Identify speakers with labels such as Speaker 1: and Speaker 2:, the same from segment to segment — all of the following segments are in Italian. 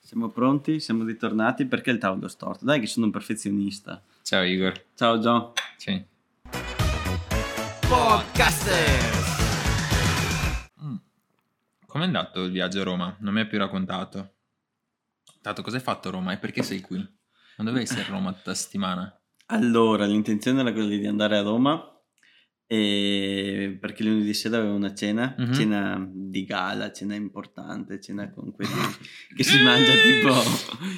Speaker 1: Siamo pronti, siamo ritornati. Perché il tavolo è storto? Dai, che sono un perfezionista.
Speaker 2: Ciao Igor.
Speaker 1: Ciao, John.
Speaker 2: Sì.
Speaker 3: Podcasters!
Speaker 2: Mm. Com'è andato il viaggio a Roma? Non mi hai più raccontato. Tanto cosa hai fatto a Roma e perché sei qui? Non dovevi essere a Roma tutta settimana?
Speaker 1: Allora, l'intenzione era quella di andare a Roma e- perché lunedì sera avevo una cena,
Speaker 2: Mhm.
Speaker 1: cena di gala, cena importante, cena con quelli che si mangia tipo...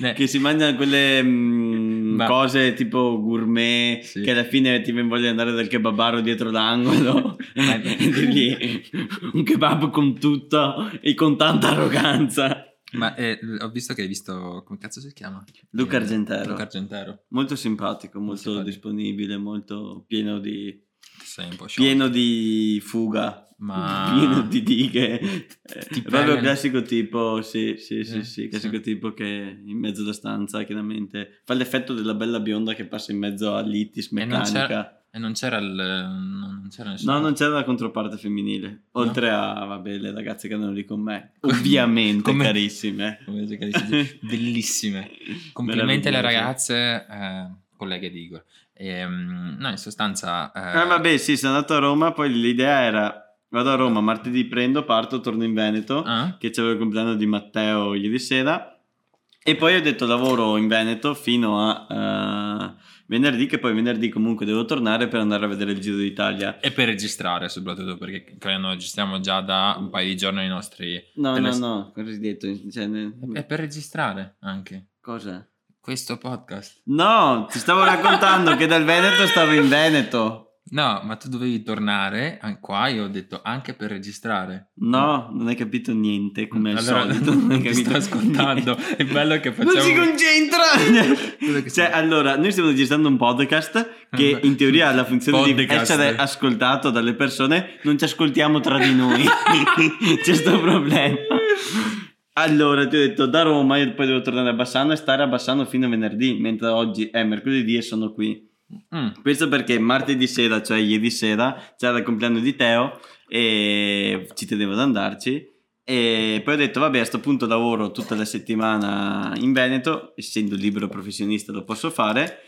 Speaker 2: Eh,
Speaker 1: che si mangiano quelle mm,
Speaker 2: Ma-
Speaker 1: cose tipo gourmet
Speaker 2: Sì.
Speaker 1: che alla fine ti viene voglia di andare dal kebabaro dietro l'angolo
Speaker 2: Eh, beh.
Speaker 1: e dirgli un kebab con tutto e con tanta arroganza.
Speaker 2: Ma eh, l- ho visto che hai visto... Come cazzo si chiama?
Speaker 1: Luca
Speaker 2: Eh,
Speaker 1: Argentero.
Speaker 2: Luca Argentero.
Speaker 1: Molto simpatico, molto
Speaker 2: Simpatico.
Speaker 1: disponibile, molto pieno di,
Speaker 2: Sei un po' sciocco.
Speaker 1: pieno di fuga,
Speaker 2: Ma...
Speaker 1: pieno di dighe. Eh,
Speaker 2: Ti
Speaker 1: Proprio
Speaker 2: prega-
Speaker 1: classico tipo, sì, sì, sì,
Speaker 2: Eh,
Speaker 1: sì,
Speaker 2: sì.
Speaker 1: classico tipo che in mezzo alla stanza chiaramente fa l'effetto della bella bionda che passa in mezzo all'itis
Speaker 2: E non c'era-
Speaker 1: meccanica.
Speaker 2: E non c'era il... Non c'era nessuno.
Speaker 1: No, non c'era la controparte femminile,
Speaker 2: No.
Speaker 1: oltre a, vabbè, le ragazze che erano lì con me, ovviamente,
Speaker 2: Come-
Speaker 1: carissime.
Speaker 2: Come si chiama? Bellissime. Complimenti alle ragazze, eh, colleghe di Igor. Ehm, no, in sostanza... eh,
Speaker 1: Eh, vabbè, sì, sono andato a Roma, poi l'idea era vado a Roma, martedì prendo, parto, torno in Veneto,
Speaker 2: ah?
Speaker 1: che c'avevo il compleanno di Matteo ieri sera, e poi ho detto lavoro in Veneto fino a eh, venerdì, che poi venerdì comunque devo tornare per andare a vedere il Giro d'Italia.
Speaker 2: E per registrare soprattutto, perché credo registriamo già da un paio di giorni i nostri...
Speaker 1: No,
Speaker 2: Per Eh.
Speaker 1: no,
Speaker 2: le-
Speaker 1: no, cosa hai detto? Cioè, ne-
Speaker 2: E per registrare anche
Speaker 1: Cosa?
Speaker 2: questo podcast.
Speaker 1: No, ti stavo raccontando che dal Veneto stavo in Veneto.
Speaker 2: No, ma tu dovevi tornare an- qua, io ho detto anche per registrare.
Speaker 1: No, non hai capito niente, come al
Speaker 2: Allora,
Speaker 1: solito. Non hai
Speaker 2: ti
Speaker 1: capito
Speaker 2: sto ascoltando. È bello che
Speaker 1: Non si
Speaker 2: facciamo- Quello
Speaker 1: concentra!
Speaker 2: che si-
Speaker 1: cioè, allora, noi stiamo registrando un podcast che in teoria ha la funzione di
Speaker 2: Podcast.
Speaker 1: essere ascoltato dalle persone, non ci ascoltiamo tra di noi. C'è sto problema. Allora, ti ho detto da Roma, io poi devo tornare a Bassano e stare a Bassano fino a venerdì, mentre oggi è mercoledì e sono qui.
Speaker 2: Mm.
Speaker 1: Questo perché martedì sera, cioè ieri sera, c'era il compleanno di Teo e ci tenevo ad andarci. E poi ho detto, vabbè, a sto punto lavoro tutta la settimana in Veneto, essendo libero professionista lo posso fare.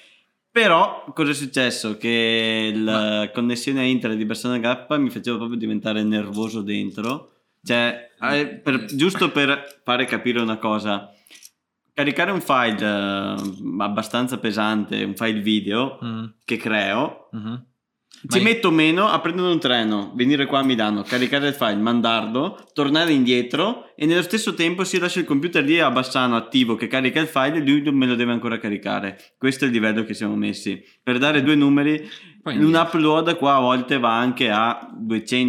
Speaker 1: Però cosa è successo? Che la connessione a internet di persona K mi faceva proprio diventare nervoso dentro. Cioè, eh, per- giusto per fare capire una cosa, caricare un file eh, abbastanza pesante, un file video,
Speaker 2: Mm.
Speaker 1: che creo.
Speaker 2: Mhm. Ma
Speaker 1: Ci
Speaker 2: io-
Speaker 1: metto meno a prendere un treno, venire qua a Milano, caricare il file, mandarlo, tornare indietro e nello stesso tempo si lascia il computer lì a Bassano attivo che carica il file e lui non me lo deve ancora caricare. Questo è il livello che siamo messi. Per dare due numeri,
Speaker 2: Poi
Speaker 1: un upload qua a volte va anche a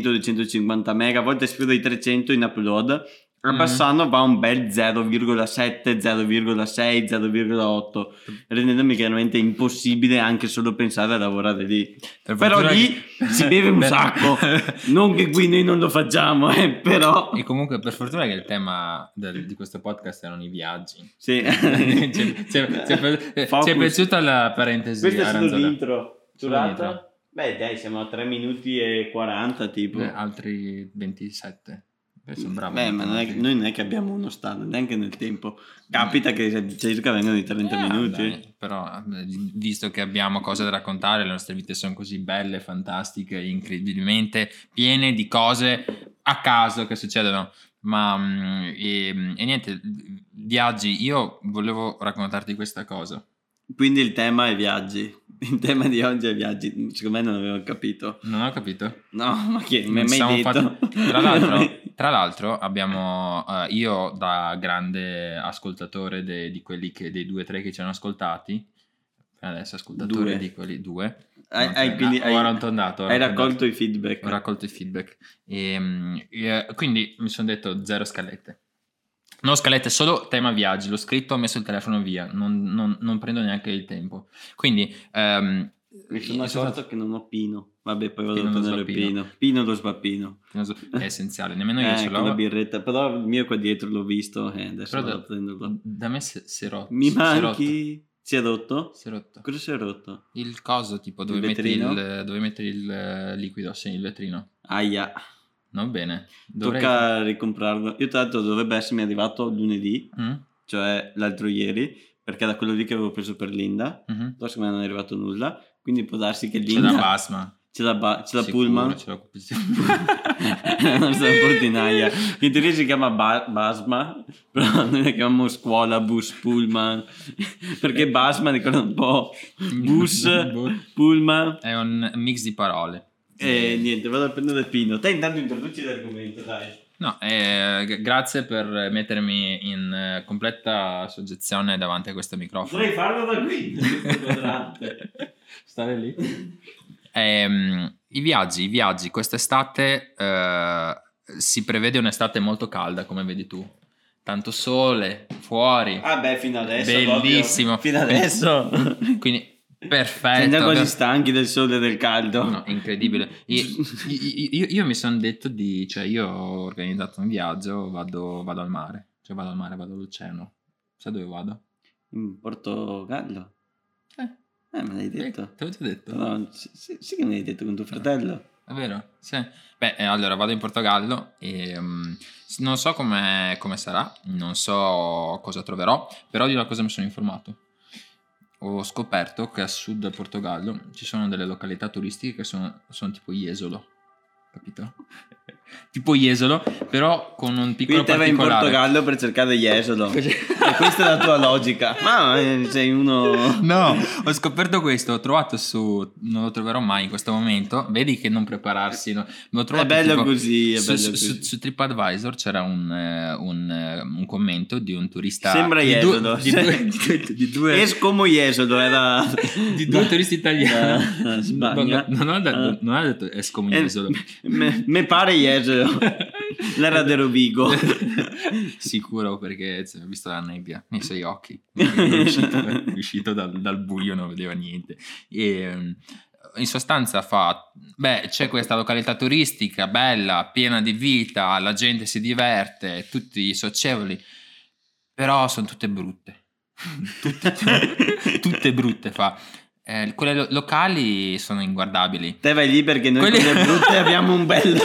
Speaker 1: 200-250 mega, a volte sfiora i 300 in upload. A
Speaker 2: Mhm.
Speaker 1: Bassano va un bel 0,7, 0,6, 0,8,
Speaker 2: Mm.
Speaker 1: rendendomi chiaramente impossibile anche solo pensare a lavorare lì. però
Speaker 2: fortuna
Speaker 1: lì
Speaker 2: che-
Speaker 1: si beve un
Speaker 2: Beh.
Speaker 1: sacco. Non che qui noi non lo facciamo, eh, però.
Speaker 2: E comunque, per fortuna che il tema del- di questo podcast erano i viaggi.
Speaker 1: Sì.
Speaker 2: Ci è- ci è- ci è-
Speaker 1: Focus.
Speaker 2: ci è piaciuta la parentesi
Speaker 1: Questo è stato
Speaker 2: Aranzola.
Speaker 1: l'intro.
Speaker 2: Solo
Speaker 1: Durata?
Speaker 2: l'intro.
Speaker 1: Beh, dai, siamo a 3 minuti e 40. Tipo.
Speaker 2: Eh, altri 27. Beh, sono bravo.
Speaker 1: Beh, ma non è- noi non è che abbiamo uno standard, neanche nel tempo. Capita che circa vengano di 30
Speaker 2: Eh,
Speaker 1: minuti.
Speaker 2: dai, però, eh, visto che abbiamo cose da raccontare, le nostre vite sono così belle, fantastiche, incredibilmente piene di cose a caso che succedono. Ma mm, e, e niente, viaggi. Io volevo raccontarti questa cosa.
Speaker 1: Quindi il tema è viaggi. Il tema di oggi è viaggi. Secondo me non avevo capito.
Speaker 2: Non ho capito.
Speaker 1: No, ma che
Speaker 2: Non
Speaker 1: mi hai mai
Speaker 2: siamo
Speaker 1: detto?
Speaker 2: fatti- Tra l'altro, tra l'altro abbiamo eh, io da grande ascoltatore de- di quelli che, dei due o tre che ci hanno ascoltati, adesso ascoltatore
Speaker 1: Due.
Speaker 2: di quelli due,
Speaker 1: Hai,
Speaker 2: Non
Speaker 1: hai-
Speaker 2: so,
Speaker 1: quindi
Speaker 2: no,
Speaker 1: hai-
Speaker 2: ho arrotondato, ho
Speaker 1: hai
Speaker 2: arrotondato.
Speaker 1: raccolto i feedback.
Speaker 2: ho raccolto i feedback e, mm, e, eh, quindi mi sono detto zero scalette. No scalette, solo tema viaggi, l'ho scritto, ho messo il telefono via, non, non- non prendo neanche il tempo. Quindi ehm,
Speaker 1: Mi sono
Speaker 2: io
Speaker 1: accorto che non ho Pino. Vabbè, poi vado
Speaker 2: Pino
Speaker 1: a
Speaker 2: lo
Speaker 1: prendere
Speaker 2: svappino.
Speaker 1: Pino. Pino lo sbappino.
Speaker 2: non so, è essenziale, nemmeno io
Speaker 1: eh,
Speaker 2: ce
Speaker 1: con la
Speaker 2: l'ho.
Speaker 1: birretta. Però il mio qua dietro l'ho visto e adesso
Speaker 2: Però
Speaker 1: vado a
Speaker 2: da-
Speaker 1: prenderlo.
Speaker 2: Da me si si è rotto.
Speaker 1: Mi
Speaker 2: si- si è
Speaker 1: manchi. Si è rotto?
Speaker 2: rotto, Si è rotto.
Speaker 1: Cosa si è rotto?
Speaker 2: Il coso, tipo, dove
Speaker 1: Il
Speaker 2: metti
Speaker 1: vetrino?
Speaker 2: il, dove metti il eh, liquido, sì, il vetrino.
Speaker 1: Aia,
Speaker 2: Non bene. Dovrei...
Speaker 1: tocca ricomprarlo. Io tra l'altro dovrebbe essermi arrivato lunedì.
Speaker 2: Mm?
Speaker 1: cioè l'altro ieri, perché da quello lì che avevo preso per Linda,
Speaker 2: Mhm.
Speaker 1: adesso me non è arrivato nulla, quindi può darsi che
Speaker 2: C'è la
Speaker 1: Linda...
Speaker 2: Basma.
Speaker 1: C'è la, ba- c'è la
Speaker 2: Sicuro,
Speaker 1: Pullman,
Speaker 2: c'è la-
Speaker 1: una portinaia che in teoria si chiama Ba- Basma però noi la chiamiamo scuola bus pullman perché Basma ricorda un po' bus pullman
Speaker 2: È un mix di parole.
Speaker 1: e niente vado a prendere Pino te intanto introduci l'argomento dai
Speaker 2: No, eh, g- grazie per mettermi in eh, completa soggezione davanti a questo microfono.
Speaker 1: potrei farlo da qui da questo quadrante.
Speaker 2: Stare lì. Ehm, I viaggi, i viaggi. Quest'estate eh, si prevede un'estate molto calda, come vedi tu. Tanto sole, fuori.
Speaker 1: ah beh fino adesso
Speaker 2: Bellissimo. Certo.
Speaker 1: proprio. fino adesso
Speaker 2: Quindi
Speaker 1: siamo già
Speaker 2: perfetto.
Speaker 1: quasi stanchi del sole e del caldo
Speaker 2: No, incredibile. Io, io- io- io mi sono detto di... Cioè, io ho organizzato un viaggio, vado, vado al mare. Cioè, vado al mare, vado all'oceano. Sai dove vado?
Speaker 1: in Mm, Portogallo
Speaker 2: Eh,
Speaker 1: eh me l'hai detto
Speaker 2: te l'ho già detto.
Speaker 1: no, sì, sì- sì che me l'hai detto con tuo fratello
Speaker 2: È vero? Sì. Beh, eh, allora vado in Portogallo e mm, s- non so come come sarà, non so cosa troverò, però di una cosa mi sono informato. Ho scoperto che a sud del Portogallo ci sono delle località turistiche che sono, sono tipo Jesolo, capito? tipo Jesolo, però con un piccolo
Speaker 1: Qui te vai in
Speaker 2: particolare.
Speaker 1: Portogallo per cercare gli esodo. e questa è la tua logica. Ma eh, sei uno.
Speaker 2: No, ho scoperto questo, ho trovato su, non lo troverò mai in questo momento, vedi che non prepararsi, no? L'ho
Speaker 1: È
Speaker 2: trovato
Speaker 1: bello
Speaker 2: tipo-
Speaker 1: così. È
Speaker 2: su,
Speaker 1: bello
Speaker 2: su-
Speaker 1: così.
Speaker 2: su- su TripAdvisor c'era un, eh, un, eh, un commento di un turista
Speaker 1: Sembra
Speaker 2: di due-
Speaker 1: Iesodo.
Speaker 2: di due- di due- di due-
Speaker 1: Es como Iesodo era.
Speaker 2: di due turisti italiani
Speaker 1: Da- da
Speaker 2: No,
Speaker 1: Spagna.
Speaker 2: no, non, ho detto,
Speaker 1: Ah.
Speaker 2: non ho detto è scomodo
Speaker 1: Eh,
Speaker 2: Iesodo.
Speaker 1: me, me pare Iesodo. eh. L'era de Rovigo.
Speaker 2: sicuro perché cioè, ho visto la nebbia nei suoi occhi è uscito, è uscito dal, dal buio non vedeva niente e ehm, in sostanza fa beh c'è questa località turistica bella piena di vita la gente si diverte tutti socievoli però sono tutte brutte tutte, tutte brutte fa Eh, quelle lo- locali sono inguardabili
Speaker 1: Te vai lì perché noi
Speaker 2: Quelle-
Speaker 1: con le brutte abbiamo un bel.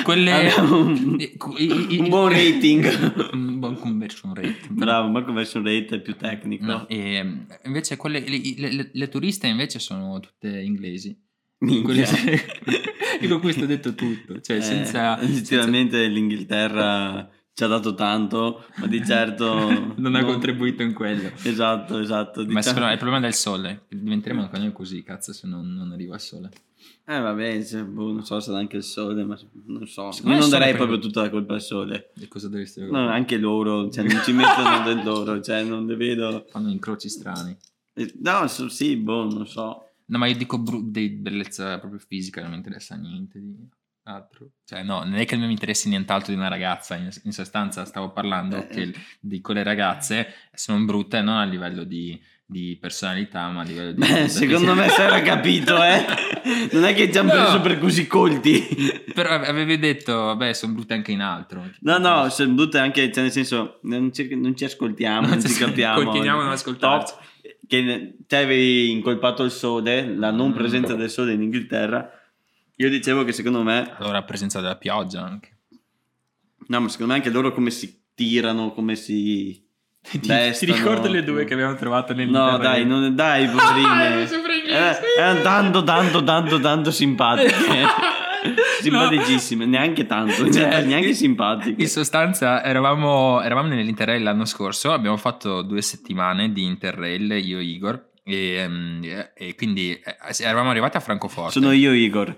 Speaker 2: Quelle-
Speaker 1: Abbiamo un,
Speaker 2: Eh, cu- i- Mm, i-
Speaker 1: un buon rating.
Speaker 2: un buon conversion rate
Speaker 1: Bravo, ma conversion rate è più tecnico.
Speaker 2: No, e, mm, invece quelle, le, le- le- le turiste invece sono tutte inglesi.
Speaker 1: Minchia.
Speaker 2: Quelle- Io con questo ho detto tutto, cioè
Speaker 1: Eh,
Speaker 2: senza-
Speaker 1: Effettivamente l'Inghilterra ci ha dato tanto, ma di certo...
Speaker 2: non ha contribuito in quello.
Speaker 1: Esatto, esatto.
Speaker 2: Ma
Speaker 1: diciamo-
Speaker 2: secondo me è il problema del sole. Diventeremo anche noi così, cazzo, se non, non arriva il sole.
Speaker 1: Eh vabbè, se- boh, non so se sarà anche il sole, ma non so. Io
Speaker 2: Secondo me Ecco. il
Speaker 1: non
Speaker 2: sole
Speaker 1: darei
Speaker 2: prende-
Speaker 1: proprio tutta la colpa al sole.
Speaker 2: E cosa dovresti
Speaker 1: No, anche loro, cioè, non ci mettono del loro, cioè, non le vedo...
Speaker 2: Fanno incroci strani.
Speaker 1: Eh, No, so- sì, boh, non so.
Speaker 2: No, ma io dico bru- di bellezza proprio fisica, non mi interessa niente di altro. Cioè, no, non è che non mi interessi nient'altro di una ragazza. In, in sostanza, stavo parlando
Speaker 1: Eh.
Speaker 2: che di quelle ragazze sono brutte non a livello di, di personalità, ma a livello di.
Speaker 1: Beh, secondo me si era capito, eh. Non è che ci hanno
Speaker 2: No.
Speaker 1: preso per così colti.
Speaker 2: Però ave- avevi detto, vabbè, sono brutte anche in altro.
Speaker 1: No, no, sono brutte anche, cioè nel senso, non ci, non ci ascoltiamo, non,
Speaker 2: Non
Speaker 1: ci
Speaker 2: ci-
Speaker 1: capiamo.
Speaker 2: continuiamo a non ascoltarci.
Speaker 1: Top, che ne- te avevi incolpato il sole, la non
Speaker 2: Mm.
Speaker 1: presenza del sole in Inghilterra. Io dicevo che secondo me,
Speaker 2: Allora, presenza della pioggia anche.
Speaker 1: no, ma secondo me anche loro come si tirano, come si vestono.
Speaker 2: abbiamo trovato nel
Speaker 1: No, dai, non, dai, poverine. Eh, erano tanto, tanto, tanto, tanto simpatiche. Simpaticissime, neanche tanto, cioè, neanche simpatiche.
Speaker 2: In sostanza, eravamo, eravamo nell'Interrail l'anno scorso, abbiamo fatto due settimane di Interrail, io e Igor, e, ehm, e- e quindi eh, eravamo arrivati a Francoforte.
Speaker 1: Sono io Igor.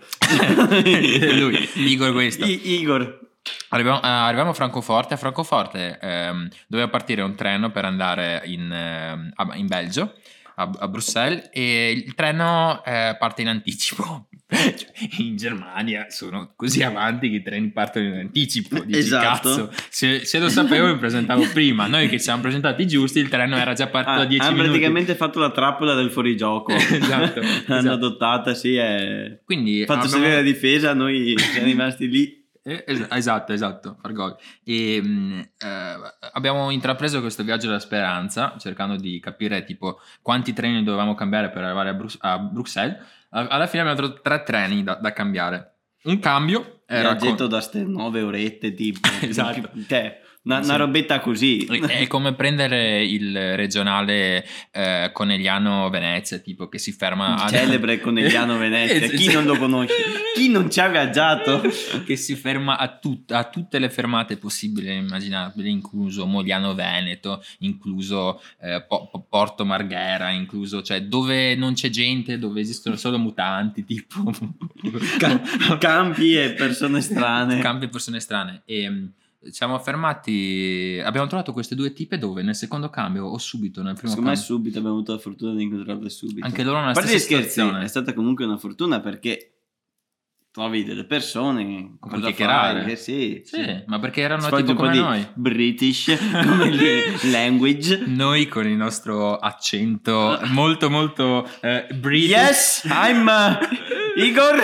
Speaker 2: Lui, Igor questo.
Speaker 1: I- Igor.
Speaker 2: Arriviamo, eh, arriviamo a Francoforte, a Francoforte ehm, doveva partire un treno per andare in, ehm, a- in Belgio, a, a Bruxelles, e il treno eh, parte in anticipo. Cioè, in Germania sono così avanti che i treni partono in anticipo. Dici,
Speaker 1: Esatto.
Speaker 2: cazzo, se, se lo sapevo mi presentavo prima. Noi che ci siamo presentati giusti, il treno era già partito
Speaker 1: Ah,
Speaker 2: a 10
Speaker 1: hanno
Speaker 2: minuti.
Speaker 1: praticamente fatto la trappola del fuorigioco.
Speaker 2: Esatto,
Speaker 1: L'hanno
Speaker 2: esatto.
Speaker 1: adottata, sì, è...
Speaker 2: Quindi
Speaker 1: Fatto
Speaker 2: abbiamo-
Speaker 1: salire la difesa, noi siamo rimasti lì.
Speaker 2: Eh, es- esatto, esatto, far gol. E, mm, eh, abbiamo intrapreso questo viaggio della speranza, cercando di capire tipo quanti treni dovevamo cambiare per arrivare a, Brus- a Bruxelles. A- Alla fine abbiamo trovato tre treni da, da cambiare. Un cambio era
Speaker 1: Era
Speaker 2: con-
Speaker 1: da ste nove orette, tipo.
Speaker 2: Esatto.
Speaker 1: Cioè, Una,
Speaker 2: Sì.
Speaker 1: una robetta così.
Speaker 2: È come prendere il regionale eh, Conegliano Venezia, tipo che si ferma
Speaker 1: Il celebre Conegliano
Speaker 2: Eh,
Speaker 1: Venezia. Chi non lo conosce? Chi non ci ha viaggiato?
Speaker 2: che si ferma a, tut- a tutte le fermate possibili e immaginabili, incluso Mogliano Veneto, incluso eh, Po- Po- Porto Marghera, incluso cioè dove non c'è gente, dove esistono solo mutanti, tipo
Speaker 1: Ca- campi e persone strane.
Speaker 2: Campi e persone strane. E mh, siamo fermati. Abbiamo trovato queste due tipe dove nel secondo cambio o subito nel primo
Speaker 1: Secondo me
Speaker 2: cambio.
Speaker 1: subito abbiamo avuto la fortuna di incontrarle subito.
Speaker 2: Anche loro hanno
Speaker 1: A
Speaker 2: la
Speaker 1: parte gli
Speaker 2: stessa
Speaker 1: scherzi,
Speaker 2: situazione.
Speaker 1: è stata comunque una fortuna perché trovi delle persone
Speaker 2: Con cui
Speaker 1: cosa
Speaker 2: chiacchierare.
Speaker 1: fai, eh, sì,
Speaker 2: Sì, ma perché erano
Speaker 1: Sfoggi
Speaker 2: tipo
Speaker 1: un po'
Speaker 2: come
Speaker 1: di
Speaker 2: noi.
Speaker 1: British come le- language.
Speaker 2: Noi con il nostro accento molto molto eh, British.
Speaker 1: Yes, I'm uh, Igor.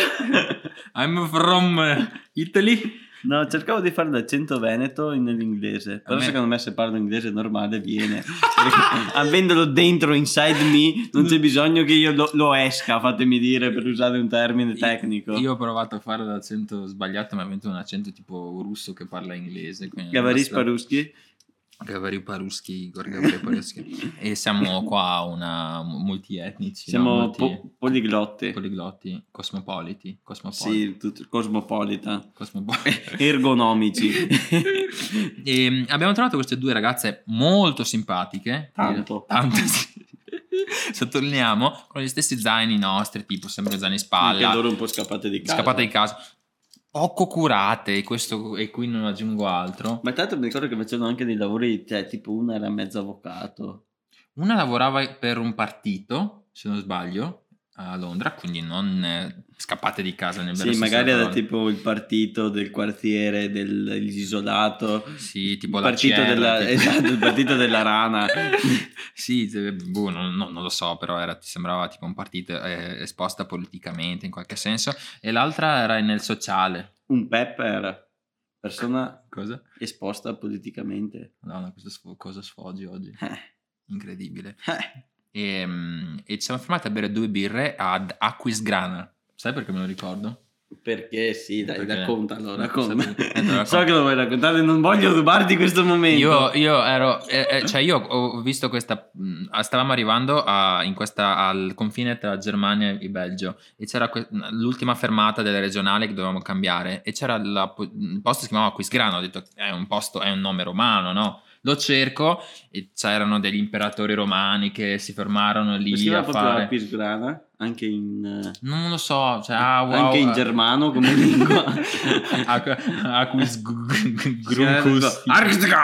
Speaker 2: I'm from uh, Italy.
Speaker 1: No, cercavo di fare l'accento veneto in- nell'inglese, però
Speaker 2: me-
Speaker 1: secondo me se parlo inglese normale viene. Perché Avendolo dentro, inside me, non c'è bisogno che io lo, lo esca, fatemi dire, per usare un termine tecnico.
Speaker 2: Io ho provato a fare l'accento sbagliato, ma è venuto un accento tipo russo che parla inglese. quindi
Speaker 1: Gavaris
Speaker 2: basta-
Speaker 1: Paruschi.
Speaker 2: Gavari Paruschi, Igor Gavari Paruschi. e siamo qua una multietnici,
Speaker 1: Siamo
Speaker 2: no? Multi-
Speaker 1: po- poliglotti.
Speaker 2: poliglotti, cosmopoliti, cosmopoliti.
Speaker 1: Sì, tutto- cosmopolita.
Speaker 2: cosmopoliti.
Speaker 1: Ergonomici.
Speaker 2: E, mm, abbiamo trovato queste due ragazze molto simpatiche.
Speaker 1: Tanto.
Speaker 2: Tanto, sì. Sottolineiamo con gli stessi zaini nostri, tipo sempre zaini
Speaker 1: Anche
Speaker 2: spalla,
Speaker 1: loro un po' scappate di casa.
Speaker 2: scappate di casa, poco curate. e Questo, e qui non aggiungo altro.
Speaker 1: Ma tanto mi ricordo che facevano anche dei lavori, cioè tipo una era mezzo avvocato.
Speaker 2: Una lavorava per un partito, se non sbaglio, a Londra, quindi non eh, scappate di casa nel vero
Speaker 1: Sì,
Speaker 2: senso
Speaker 1: magari
Speaker 2: della
Speaker 1: era
Speaker 2: parola.
Speaker 1: tipo il partito del quartiere, del- dell'isolato.
Speaker 2: Sì, tipo
Speaker 1: il
Speaker 2: la
Speaker 1: partito
Speaker 2: CR,
Speaker 1: della-
Speaker 2: tipo.
Speaker 1: esatto, il partito della rana.
Speaker 2: sì, se- boh, non, non- non lo so, però era- ti sembrava tipo un partito eh, esposta politicamente in qualche senso. E l'altra era nel sociale.
Speaker 1: Un Pep era persona
Speaker 2: Cosa?
Speaker 1: esposta politicamente.
Speaker 2: Madonna, questo sfo- cosa sfoggi oggi?
Speaker 1: Eh,
Speaker 2: Incredibile.
Speaker 1: eh.
Speaker 2: E, mm, e ci siamo fermati a bere due birre ad Acquisgrana. Sai perché me lo ricordo?
Speaker 1: Perché sì, dai,
Speaker 2: Perché-
Speaker 1: raccontalo,
Speaker 2: Eh, lo
Speaker 1: racconta.
Speaker 2: racconto.
Speaker 1: so che lo vuoi raccontare, non voglio rubarti questo momento.
Speaker 2: Io, io ero, eh, eh, cioè io ho visto questa, mh, ah, stavamo arrivando a- in questa- al confine tra Germania e Belgio e c'era que- l'ultima fermata della regionale che dovevamo cambiare e c'era la po- il posto si chiamava Quisgrano, ho detto è un posto, è un nome romano, no? Lo cerco e c'erano degli imperatori romani che si fermarono lì
Speaker 1: Perché
Speaker 2: a
Speaker 1: era proprio la
Speaker 2: fare...
Speaker 1: Pisgrana, anche in... eh,
Speaker 2: Non lo so, cioè, ah, wow,
Speaker 1: anche in
Speaker 2: ah.
Speaker 1: germano come lingua.
Speaker 2: Aquisgrunkus.
Speaker 1: Argisga!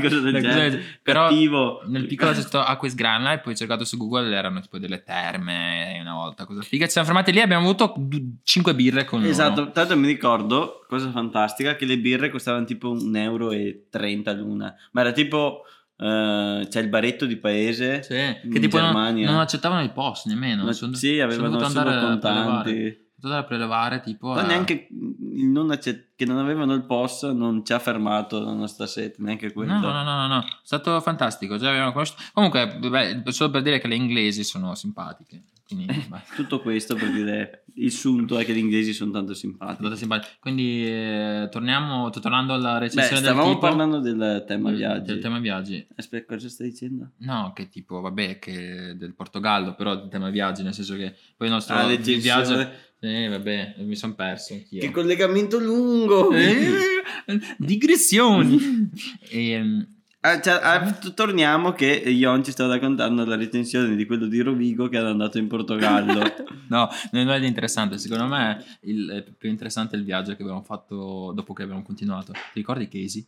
Speaker 1: Cosa del genere.
Speaker 2: Ecco, cioè, Però
Speaker 1: Cattivo.
Speaker 2: nel piccolo c'è stato Aquisgrana e poi ho cercato su Google erano tipo delle terme una volta cosa figa ci siamo fermati lì e abbiamo avuto 5 birre con loro.
Speaker 1: Esatto, tanto mi ricordo, cosa fantastica, che le birre costavano tipo 1,30 euro l'una, ma era tipo, eh, c'è il baretto di paese,
Speaker 2: Sì,
Speaker 1: In
Speaker 2: che tipo non,
Speaker 1: Germania.
Speaker 2: non accettavano il post nemmeno
Speaker 1: ma-
Speaker 2: sono-
Speaker 1: sì, avevano
Speaker 2: dovuto
Speaker 1: solo
Speaker 2: andare a prelevare.
Speaker 1: contanti,
Speaker 2: sono andato a prelevare tipo
Speaker 1: ma
Speaker 2: a-
Speaker 1: neanche il non accett- che non avevano il POS non ci ha fermato la nostra sete, neanche quello.
Speaker 2: No, no, no, no, no, no, è stato fantastico. Già avevamo conosciuto. Comunque, beh, solo per dire che le inglesi sono simpatiche. Quindi, beh.
Speaker 1: Tutto questo per dire, il sunto è che gli inglesi sono tanto simpatici.
Speaker 2: Andate simpatici. Quindi eh, torniamo, to- tornando alla
Speaker 1: Beh,
Speaker 2: recensione del
Speaker 1: stavamo
Speaker 2: tipo- Mm,
Speaker 1: parlando del tema viaggi.
Speaker 2: Del tema viaggi.
Speaker 1: Aspetta, cosa stai dicendo?
Speaker 2: No, che tipo, vabbè, che del Portogallo, però del tema viaggi, nel senso che poi il nostro
Speaker 1: Ah,
Speaker 2: il
Speaker 1: recensione.
Speaker 2: viaggio... Eh, vabbè, mi sono perso anch'io.
Speaker 1: Che collegamento lungo!
Speaker 2: Eh, digressioni. Ehm,
Speaker 1: Ah, cioè, ah, t- torniamo che Ion ci stava raccontando la recensione di quello di Rovigo che era andato in Portogallo.
Speaker 2: no, non è interessante. Secondo me il è più interessante è il viaggio che abbiamo fatto dopo che abbiamo continuato. Ti ricordi Casey?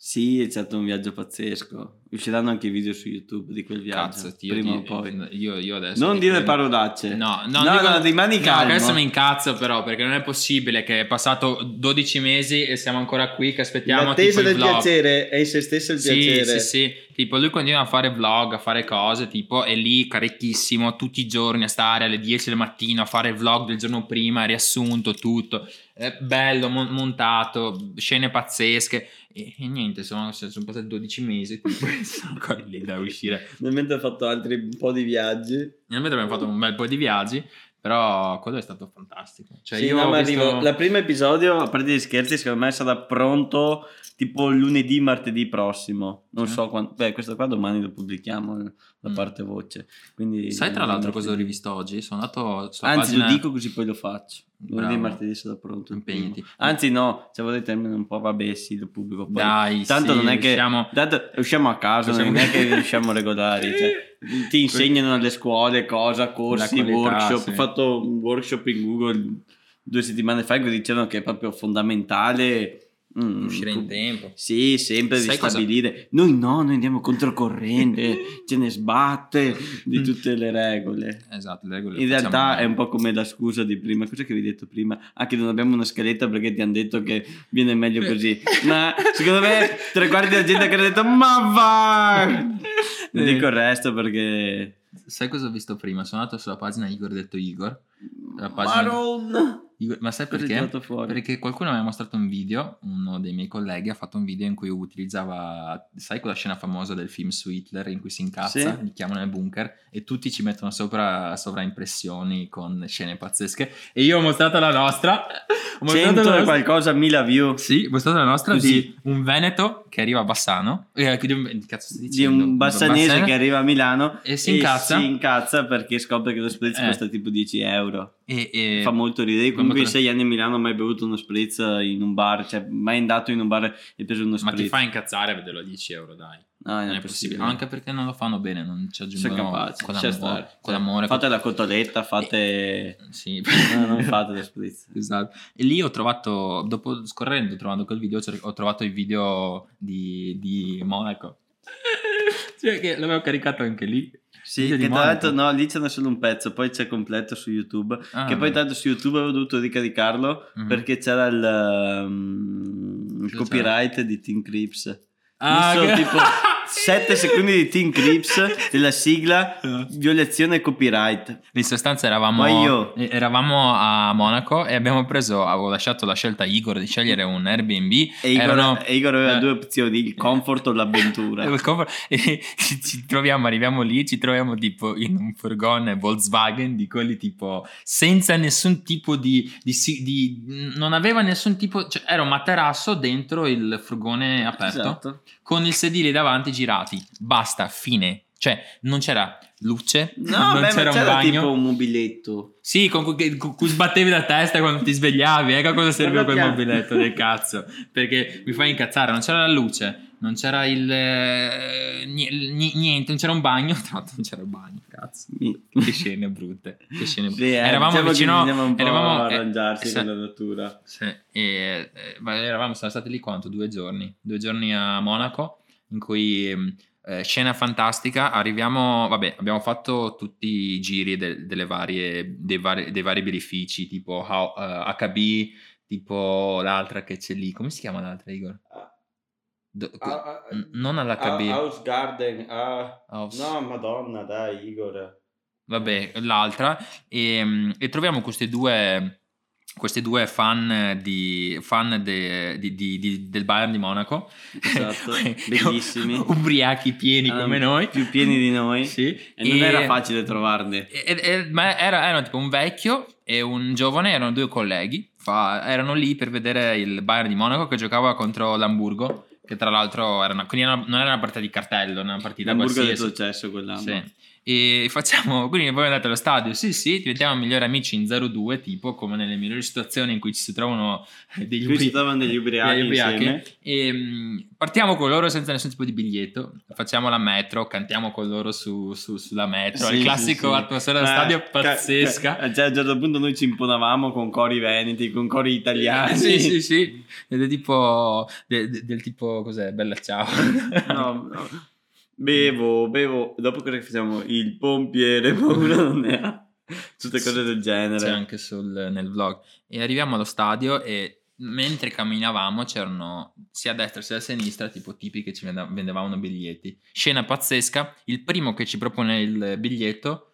Speaker 1: sì, è stato un viaggio pazzesco. Usciranno anche i video su YouTube di quel viaggio.
Speaker 2: Cazzo, ti-
Speaker 1: prima o
Speaker 2: ti-
Speaker 1: poi.
Speaker 2: Io, io adesso...
Speaker 1: non
Speaker 2: ti
Speaker 1: dire
Speaker 2: prego.
Speaker 1: parodacce.
Speaker 2: No,
Speaker 1: no,
Speaker 2: no,
Speaker 1: no,
Speaker 2: dico-
Speaker 1: rimani
Speaker 2: No,
Speaker 1: calmo.
Speaker 2: adesso mi incazzo però perché non è possibile che è passato 12 mesi e siamo ancora qui che aspettiamo tipo
Speaker 1: L'attesa
Speaker 2: i
Speaker 1: del
Speaker 2: vlog.
Speaker 1: piacere è in se stesso il
Speaker 2: Sì,
Speaker 1: piacere.
Speaker 2: sì, sì, tipo lui continua a fare vlog, a fare cose, tipo è lì carichissimo tutti i giorni a stare alle 10 del mattino a fare il vlog del giorno prima, riassunto tutto, Eh, bello, mon- montato, scene pazzesche e, e niente, sono, sono passati 12 mesi tipo, e sono ancora lì da uscire.
Speaker 1: Nel mentre ho fatto altri un po' di viaggi.
Speaker 2: Nel mentre abbiamo fatto un bel po' di viaggi, Però quello è stato fantastico. Cioè,
Speaker 1: Sì,
Speaker 2: io
Speaker 1: no,
Speaker 2: ho
Speaker 1: ma
Speaker 2: visto-
Speaker 1: arrivo. La prima episodio, a parte gli scherzi, secondo me sarà pronto tipo lunedì, martedì prossimo. Non
Speaker 2: Sì.
Speaker 1: so quando. Beh, questo qua domani lo pubblichiamo la
Speaker 2: Mm.
Speaker 1: parte voce. Quindi,
Speaker 2: Sai tra
Speaker 1: lunedì,
Speaker 2: l'altro cosa ho
Speaker 1: martedì.
Speaker 2: rivisto oggi? Sono andato sulla
Speaker 1: Anzi,
Speaker 2: pagina-
Speaker 1: lo dico così poi lo faccio. Lunedì,
Speaker 2: Bravo.
Speaker 1: martedì sarà pronto. il primo.
Speaker 2: Impegnati.
Speaker 1: Anzi, no, se volete termine un po', vabbè, sì, lo pubblico poi.
Speaker 2: Dai,
Speaker 1: Tanto
Speaker 2: sì,
Speaker 1: non è che
Speaker 2: usciamo-
Speaker 1: tanto usciamo a caso,
Speaker 2: Usciamo-
Speaker 1: non è che riusciamo regolari. cioè, ti insegnano alle scuole cosa, corsi,
Speaker 2: La qualità,
Speaker 1: workshop.
Speaker 2: sì.
Speaker 1: Ho fatto un workshop in Google due settimane fa in cui dicevano che è proprio fondamentale mm,
Speaker 2: Uscire in
Speaker 1: pub-
Speaker 2: tempo.
Speaker 1: Sì, sempre di
Speaker 2: Sai cosa-
Speaker 1: stabilire. Noi no, noi andiamo controcorrente, ce ne sbatte
Speaker 2: Mm.
Speaker 1: di tutte le regole.
Speaker 2: Esatto, le regole le
Speaker 1: In
Speaker 2: facciamo
Speaker 1: realtà
Speaker 2: noi.
Speaker 1: è un po' come la scusa di prima, cosa che vi ho detto prima, ah che non abbiamo una scaletta perché ti hanno detto che viene meglio così, ma secondo me tre quarti della gente che ha detto ma va! Non
Speaker 2: Eh.
Speaker 1: dico il resto perché...
Speaker 2: Sai cosa ho visto prima? Sono andato sulla pagina Igor detto Igor. La pagina-
Speaker 1: Maron!
Speaker 2: Igor- Ma sai
Speaker 1: Cosa è
Speaker 2: perché?
Speaker 1: tirato fuori?
Speaker 2: Perché qualcuno mi ha mostrato un video, uno dei miei colleghi ha fatto un video in cui utilizzava, sai quella scena famosa del film su Hitler in cui si incazza,
Speaker 1: Sì.
Speaker 2: li chiamano nel bunker e tutti ci mettono sopra sovraimpressioni con scene pazzesche e io ho mostrato la nostra, ho mostrato la
Speaker 1: 100 e
Speaker 2: nostra-
Speaker 1: qualcosa, 1000 view
Speaker 2: Sì, ho mostrato la nostra
Speaker 1: Così.
Speaker 2: di un veneto che arriva a Bassano, eh, di un, che cazzo sto
Speaker 1: di
Speaker 2: dicendo?
Speaker 1: un bassanese
Speaker 2: Bassano.
Speaker 1: che arriva a Milano
Speaker 2: E si incazza.
Speaker 1: si incazza perché scopre che lo spritz
Speaker 2: Eh.
Speaker 1: costa tipo 10 euro.
Speaker 2: E- e-
Speaker 1: fa molto ridere.
Speaker 2: fa
Speaker 1: Comunque, in
Speaker 2: molto-
Speaker 1: sei anni a Milano, ho mai bevuto uno spritz in un bar, cioè mai andato in un bar e preso uno
Speaker 2: Ma
Speaker 1: spritz.
Speaker 2: ti fa incazzare vederlo a 10 euro, dai.
Speaker 1: No,
Speaker 2: Non è possibile. Anche perché non lo fanno bene, non ci
Speaker 1: sono
Speaker 2: aggiungono
Speaker 1: capaci.
Speaker 2: con,
Speaker 1: lascia
Speaker 2: amore-
Speaker 1: stare.
Speaker 2: con
Speaker 1: Cioè,
Speaker 2: l'amore. Eh.
Speaker 1: Fate la cotoletta, fate.
Speaker 2: Sì.
Speaker 1: No, non fate lo spritz.
Speaker 2: Esatto. E lì ho trovato, dopo scorrendo, trovando quel video, cer- ho trovato il video di, di ecco. Monaco. cioè che l'avevo caricato anche lì.
Speaker 1: Sì,
Speaker 2: Video di
Speaker 1: che tra
Speaker 2: Monaco.
Speaker 1: l'altro, no, lì c'è solo un pezzo, poi c'è completo su YouTube.
Speaker 2: Ah,
Speaker 1: che poi
Speaker 2: beh.
Speaker 1: tanto su YouTube avevo dovuto ricaricarlo
Speaker 2: Mhm.
Speaker 1: perché c'era il, um, il
Speaker 2: Cosa
Speaker 1: copyright di Team Crips.
Speaker 2: Ah,
Speaker 1: Messo
Speaker 2: che-
Speaker 1: tipo 7 secondi di Team Crips della sigla violazione copyright.
Speaker 2: In sostanza eravamo,
Speaker 1: Ma io-
Speaker 2: eh, eravamo a Monaco e abbiamo preso, avevo lasciato la scelta a Igor di scegliere un Airbnb.
Speaker 1: E Igor,
Speaker 2: Erano-
Speaker 1: e Igor aveva
Speaker 2: eh. Esatto.
Speaker 1: due opzioni, il comfort o l'avventura.
Speaker 2: Il comfort- e ci, ci troviamo, arriviamo lì, ci troviamo tipo in un furgone Volkswagen di quelli tipo senza nessun tipo di, di si- di- non aveva nessun tipo, cioè era un materasso dentro il furgone aperto
Speaker 1: Esatto.
Speaker 2: con il sedile davanti girati. Basta, fine. Cioè, non c'era luce,
Speaker 1: No,
Speaker 2: non
Speaker 1: beh,
Speaker 2: c'era
Speaker 1: ma
Speaker 2: un
Speaker 1: c'era
Speaker 2: bagno.
Speaker 1: tipo un mobiletto.
Speaker 2: Sì, con cui, che- con cui sbattevi la testa quando ti svegliavi. Ecco a cosa serviva quel
Speaker 1: Guarda che-
Speaker 2: mobiletto del cazzo. Perché mi fa incazzare. Non c'era la luce, non c'era il. eh, ni- ni- niente, non c'era un bagno. Tra l'altro, non c'era un bagno, cazzo. Che scene brutte. Che scene brutte.
Speaker 1: Sì, eh,
Speaker 2: eravamo
Speaker 1: diciamo che
Speaker 2: vicino.
Speaker 1: bisognava un po'
Speaker 2: eravamo, eh,
Speaker 1: arrangiarsi
Speaker 2: sì.
Speaker 1: con la natura.
Speaker 2: Sì, e, eh, ma eravamo, siamo stati lì quanto? Due giorni, due giorni a Monaco, in cui ehm, eh, scena fantastica, arriviamo, vabbè, abbiamo fatto tutti i giri de- delle varie, dei, vari, dei vari birrifici, tipo How- eh, HB, tipo l'altra che c'è lì, come si chiama l'altra Igor? Do- N- Mm, non all'HB,
Speaker 1: Ah, House Garden, ah,
Speaker 2: House.
Speaker 1: no, madonna, dai, Igor.
Speaker 2: vabbè, l'altra, e, e troviamo queste due, queste due fan, di, fan de- di- di- di- del Bayern di Monaco,
Speaker 1: Esatto, bellissimi.
Speaker 2: ubriachi pieni
Speaker 1: Ah,
Speaker 2: come noi,
Speaker 1: Più pieni di noi.
Speaker 2: Sì.
Speaker 1: E non era facile trovarne.
Speaker 2: e- e- e- ma era- erano tipo un vecchio e un giovane, erano due colleghi, fa- erano lì per vedere il Bayern di Monaco che giocava contro l'Hamburgo, che tra l'altro era una- quindi era- non era una partita di cartello, era una partita
Speaker 1: L'Hamburgo del
Speaker 2: qualsiasi.
Speaker 1: successo quell'anno.
Speaker 2: Sì. E facciamo, quindi voi andate allo stadio, sì sì, diventiamo migliori amici in 0-2, tipo come nelle migliori situazioni in cui ci si trovano eh, degli
Speaker 1: Qui ci
Speaker 2: ubri-
Speaker 1: trovano degli ubriachi
Speaker 2: degli ubriachi.
Speaker 1: insieme.
Speaker 2: E, mm, partiamo con loro senza nessun tipo di biglietto, facciamo la metro, cantiamo con loro su- su- sulla metro,
Speaker 1: Sì,
Speaker 2: il
Speaker 1: sì,
Speaker 2: classico
Speaker 1: sì.
Speaker 2: atmosfera da
Speaker 1: Eh,
Speaker 2: stadio
Speaker 1: ca-
Speaker 2: pazzesca.
Speaker 1: ca- cioè, a un certo punto noi ci imponavamo con cori veneti, con cori italiani.
Speaker 2: Sì, sì, sì. Ed è tipo de- de- del tipo cos'è? Bella ciao.
Speaker 1: No, no. Bevo, bevo. Dopo cosa che facciamo? Il pompiere, ma uno non ne ha. Tutte cose del genere.
Speaker 2: C'è anche sul- nel vlog. E arriviamo allo stadio e mentre camminavamo c'erano sia a destra sia a sinistra tipo tipi che ci venda- vendevano biglietti. Scena pazzesca, il primo che ci propone il biglietto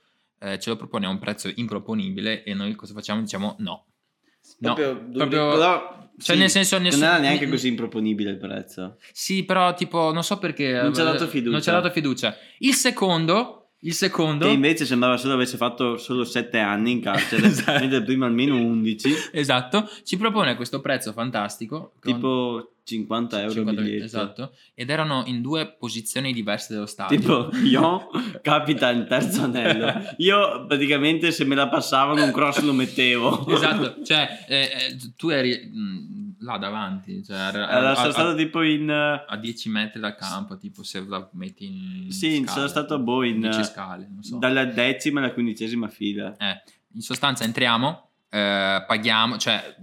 Speaker 2: eh, ce lo propone a un prezzo improponibile e noi cosa facciamo? Diciamo no. No,
Speaker 1: Proprio-
Speaker 2: proprio-
Speaker 1: però,
Speaker 2: cioè
Speaker 1: sì,
Speaker 2: nel senso nessun-
Speaker 1: non era neanche
Speaker 2: ne-
Speaker 1: così improponibile il prezzo.
Speaker 2: Sì, però tipo non so perché
Speaker 1: Non ci ha dato
Speaker 2: eh,
Speaker 1: fiducia.
Speaker 2: non ci ha dato fiducia. Il secondo Il secondo...
Speaker 1: Che invece sembrava solo avesse fatto solo 7 anni in carcere,
Speaker 2: Esatto.
Speaker 1: mentre prima almeno 11,
Speaker 2: Esatto, ci propone questo prezzo fantastico. con-
Speaker 1: tipo 50 euro
Speaker 2: 50
Speaker 1: il biglietto.
Speaker 2: esatto, ed erano in due posizioni diverse dello stadio.
Speaker 1: Tipo, io capita il terzo anello. Io praticamente se me la passavano un cross lo mettevo.
Speaker 2: esatto, cioè eh, eh, tu eri mh, là davanti, cioè era-
Speaker 1: Era
Speaker 2: a- a-
Speaker 1: stato stato tipo in... eh,
Speaker 2: a 10 metri dal campo, tipo se la metti in
Speaker 1: Sì,
Speaker 2: scale,
Speaker 1: sono stato boh in...
Speaker 2: 10
Speaker 1: eh,
Speaker 2: scale, non so.
Speaker 1: Dalla decima alla quindicesima fila.
Speaker 2: In sostanza entriamo, eh, paghiamo, cioè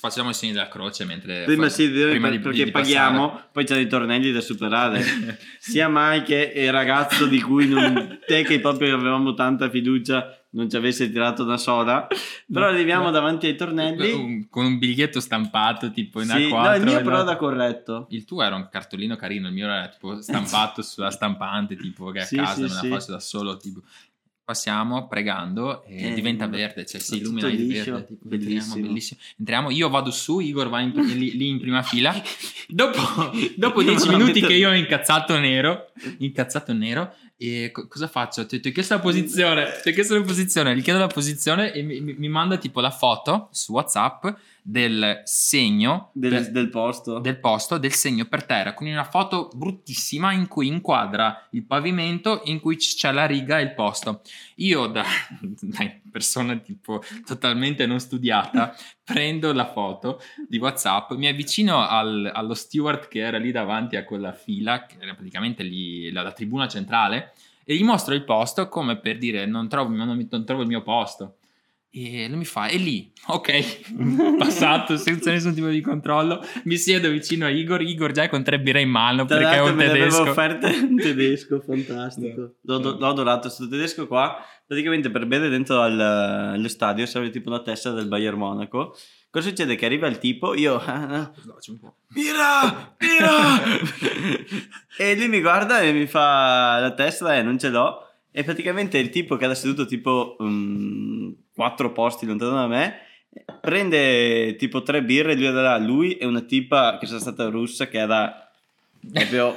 Speaker 2: facciamo i segni della croce mentre
Speaker 1: Prima
Speaker 2: fa-
Speaker 1: sì,
Speaker 2: Eh, prima di-
Speaker 1: perché
Speaker 2: di
Speaker 1: paghiamo, poi c'è i tornelli da superare.
Speaker 2: passare.
Speaker 1: Sia mai che il ragazzo di cui non, te che proprio avevamo tanta fiducia non ci avesse tirato una soda, però arriviamo davanti ai tornelli.
Speaker 2: Un- con un biglietto stampato tipo in
Speaker 1: Sì,
Speaker 2: A4.
Speaker 1: no, il mio
Speaker 2: in
Speaker 1: però
Speaker 2: A-
Speaker 1: da corretto.
Speaker 2: Il tuo era un cartolino carino, il mio era tipo stampato sulla stampante, tipo che a
Speaker 1: Sì,
Speaker 2: casa
Speaker 1: sì,
Speaker 2: me
Speaker 1: sì.
Speaker 2: la faccio da solo, tipo passiamo pregando e
Speaker 1: Eh,
Speaker 2: diventa
Speaker 1: ma-
Speaker 2: verde, cioè si
Speaker 1: tutto
Speaker 2: illumina il
Speaker 1: liscio,
Speaker 2: verde, tipo,
Speaker 1: bellissimo.
Speaker 2: entriamo, bellissimo. Entriamo, io vado su, Igor va in- lì, lì in prima fila. Dopo, dopo
Speaker 1: Io
Speaker 2: dieci
Speaker 1: veramente-
Speaker 2: minuti che io ho incazzato nero, incazzato nero, e co- cosa faccio? Ti, ti ho chiesto la posizione, ti ho chiesto la posizione, gli chiedo la posizione e mi, mi- mi manda tipo la foto su WhatsApp del segno
Speaker 1: Del,
Speaker 2: per-
Speaker 1: del posto.
Speaker 2: del posto del segno per terra, quindi una foto bruttissima in cui inquadra il pavimento in cui c- c'è la riga e il posto. Io da, da persona tipo totalmente non studiata prendo la foto di WhatsApp, mi avvicino al- allo steward che era lì davanti a quella fila, che era praticamente lì la, la tribuna centrale, e gli mostro il posto come per dire non trovo, non mi- non trovo il mio posto. E lui mi fa, è lì, ok, passato senza nessun tipo di controllo, mi siedo vicino a Igor, Igor già è con tre birre in mano
Speaker 1: Tra
Speaker 2: perché è
Speaker 1: l'altro
Speaker 2: un
Speaker 1: me ne avevo
Speaker 2: tedesco.
Speaker 1: offerte un tedesco, fantastico. L'ho, do- l'ho adorato, sto tedesco qua. Praticamente per bere dentro al, allo stadio serve tipo la testa del Bayern Monaco. Cosa succede? Che arriva il tipo, io... ah, no,
Speaker 2: No, c'è un po'.
Speaker 1: Mira! Mira! e lui mi guarda e mi fa la testa e non ce l'ho. E praticamente il tipo che era seduto tipo mm, quattro posti lontano da me prende tipo tre birre e lui era là, lui e una tipa che era stata russa che era proprio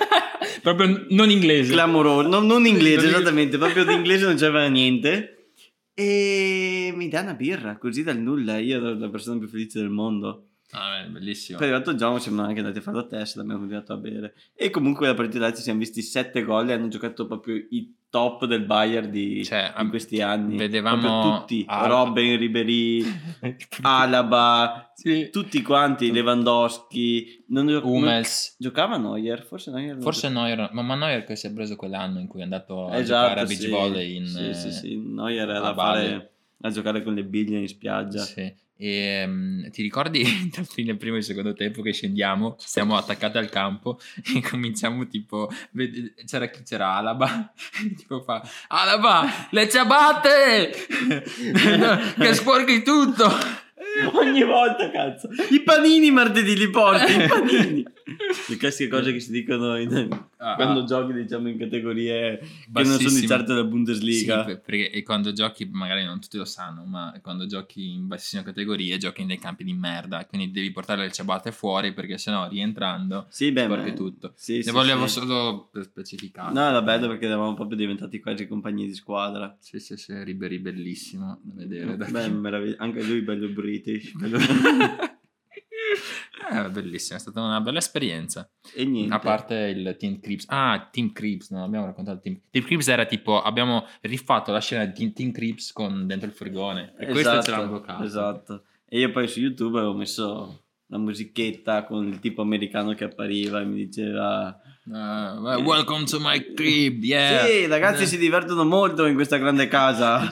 Speaker 2: Proprio non inglese.
Speaker 1: clamorosa, non, non inglese
Speaker 2: Non inglese.
Speaker 1: esattamente, proprio di inglese non c'era niente. E mi dà una birra così dal nulla. Io ero la persona più felice del mondo.
Speaker 2: Ah, beh, bellissimo.
Speaker 1: Poi è arrivato Giacomo, siamo anche andati a fare la testa, abbiamo continuato a bere. E comunque la partita ci siamo visti 7 gol e hanno giocato proprio i top del Bayern di,
Speaker 2: Cioè,
Speaker 1: in questi anni.
Speaker 2: vedevamo Ah,
Speaker 1: Proprio tutti,
Speaker 2: Alaba.
Speaker 1: Robben, Ribery, Alaba,
Speaker 2: Sì.
Speaker 1: tutti quanti, Lewandowski. Non gio- non-
Speaker 2: Hummels.
Speaker 1: giocava Neuer? Forse Neuer. non
Speaker 2: Forse Neuer, ma, ma Neuer che si è preso quell'anno in cui è andato
Speaker 1: giocava.
Speaker 2: a giocare a beach
Speaker 1: Esatto, sì.
Speaker 2: volley in,
Speaker 1: Sì, sì,
Speaker 2: eh,
Speaker 1: sì, Neuer era
Speaker 2: a
Speaker 1: a,
Speaker 2: Bali.
Speaker 1: fare- a giocare con le biglie in spiaggia.
Speaker 2: Sì. E, ehm, ti ricordi tra il fine del primo e il secondo tempo che scendiamo, siamo attaccati al campo e cominciamo tipo, ved- c'era chi c'era Alaba, tipo fa Alaba, le ciabatte, che sporchi tutto.
Speaker 1: Ogni volta, cazzo. I panini martedì li porti, i panini. Le classiche cose che si dicono in-
Speaker 2: Ah,
Speaker 1: quando
Speaker 2: ah,
Speaker 1: giochi, diciamo, in categorie che non sono di
Speaker 2: bassissimo.
Speaker 1: certo la Bundesliga.
Speaker 2: Sì, per- perché e quando giochi, magari non tutti lo sanno, ma quando giochi in bassissime categorie giochi in dei campi di merda, quindi devi portare le ciabatte fuori perché sennò rientrando
Speaker 1: Sì, beh,
Speaker 2: sporchi
Speaker 1: ma-
Speaker 2: tutto.
Speaker 1: Sì, sì,
Speaker 2: ne volevo
Speaker 1: sì.
Speaker 2: solo specificare.
Speaker 1: No, era bello perché eravamo proprio diventati quasi compagni di squadra.
Speaker 2: Sì, sì, sì, Ribery bellissimo da vedere. da-
Speaker 1: Beh, meravigli- anche lui bello british.
Speaker 2: Eh, bellissimo, è stata una bella esperienza.
Speaker 1: e niente.
Speaker 2: A parte il Team Creeps. Ah, Team Creeps, non abbiamo raccontato il Team Team Creeps era tipo, abbiamo rifatto la scena di Team, Team Creeps con dentro il furgone. E questo ce l'hanno bloccato.
Speaker 1: Esatto. E io poi su YouTube avevo messo la musichetta con il tipo americano che appariva e mi diceva...
Speaker 2: Eh, well, welcome to my crib, yeah.
Speaker 1: Sì, i
Speaker 2: eh.
Speaker 1: ragazzi si divertono molto in questa grande casa.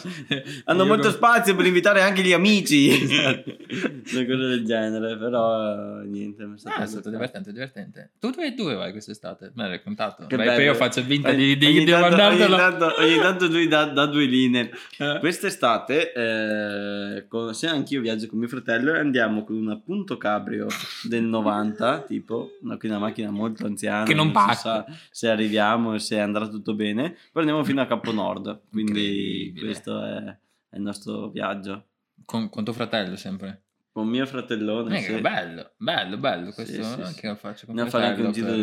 Speaker 1: Hanno
Speaker 2: Io
Speaker 1: molto
Speaker 2: com-
Speaker 1: spazio per invitare anche gli amici. Una cosa del genere, però eh, niente. mi
Speaker 2: Ah, è stato
Speaker 1: divertente.
Speaker 2: divertente, divertente. Tu dove, dove vai quest'estate? Me l'hai raccontato.
Speaker 1: Che
Speaker 2: Vai,
Speaker 1: bello.
Speaker 2: poi io faccio vinta di,
Speaker 1: Ogni-
Speaker 2: di,
Speaker 1: ogni
Speaker 2: di
Speaker 1: tanto-
Speaker 2: mandartelo.
Speaker 1: ogni tanto- ogni tanto lui dà, dà due linee.
Speaker 2: Eh.
Speaker 1: Quest'estate, eh, con- se anch'io viaggio con mio fratello, andiamo con una Punto Cabrio del 90, tipo una, quindi una macchina molto anziana.
Speaker 2: Che non
Speaker 1: si
Speaker 2: parte.
Speaker 1: sa se arriviamo e se andrà tutto bene. Poi andiamo fino a Caponord, quindi
Speaker 2: Incredibile.
Speaker 1: questo è, è il nostro viaggio.
Speaker 2: Con, con tuo fratello sempre.
Speaker 1: Con mio fratellone,
Speaker 2: Eh,
Speaker 1: sì.
Speaker 2: bello, bello, bello.
Speaker 1: Sì,
Speaker 2: Questo
Speaker 1: sì,
Speaker 2: anche
Speaker 1: sì.
Speaker 2: lo faccio con
Speaker 1: andiamo a fare anche
Speaker 2: fratello
Speaker 1: un giro
Speaker 2: per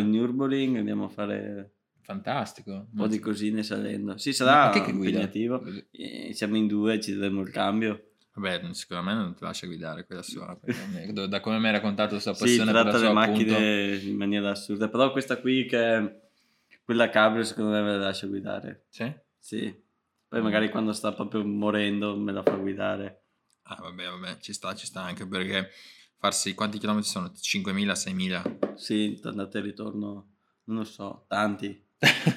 Speaker 1: del Nürburgring, andiamo a fare...
Speaker 2: Fantastico.
Speaker 1: un po' di cosine salendo. Sì,
Speaker 2: Ma
Speaker 1: sarà
Speaker 2: chi è che guida?
Speaker 1: impegnativo. Eh, siamo in due, ci dovremo il cambio.
Speaker 2: Vabbè, non- secondo me non ti lascia guidare quella sola. perché Da come mi hai raccontato questa
Speaker 1: Si
Speaker 2: passione per la
Speaker 1: tratta
Speaker 2: sua
Speaker 1: le
Speaker 2: appunto,
Speaker 1: macchine in maniera assurda, però questa qui che è quella cabrio secondo me me la lascia guidare.
Speaker 2: Sì?
Speaker 1: Sì.
Speaker 2: Mm.
Speaker 1: Poi magari quando sta proprio morendo me la fa guidare.
Speaker 2: Ah, vabbè, vabbè, ci sta, ci sta anche perché farsi quanti chilometri sono? 5.000, 6.000?
Speaker 1: Sì, andate e ritorno, non lo so, tanti.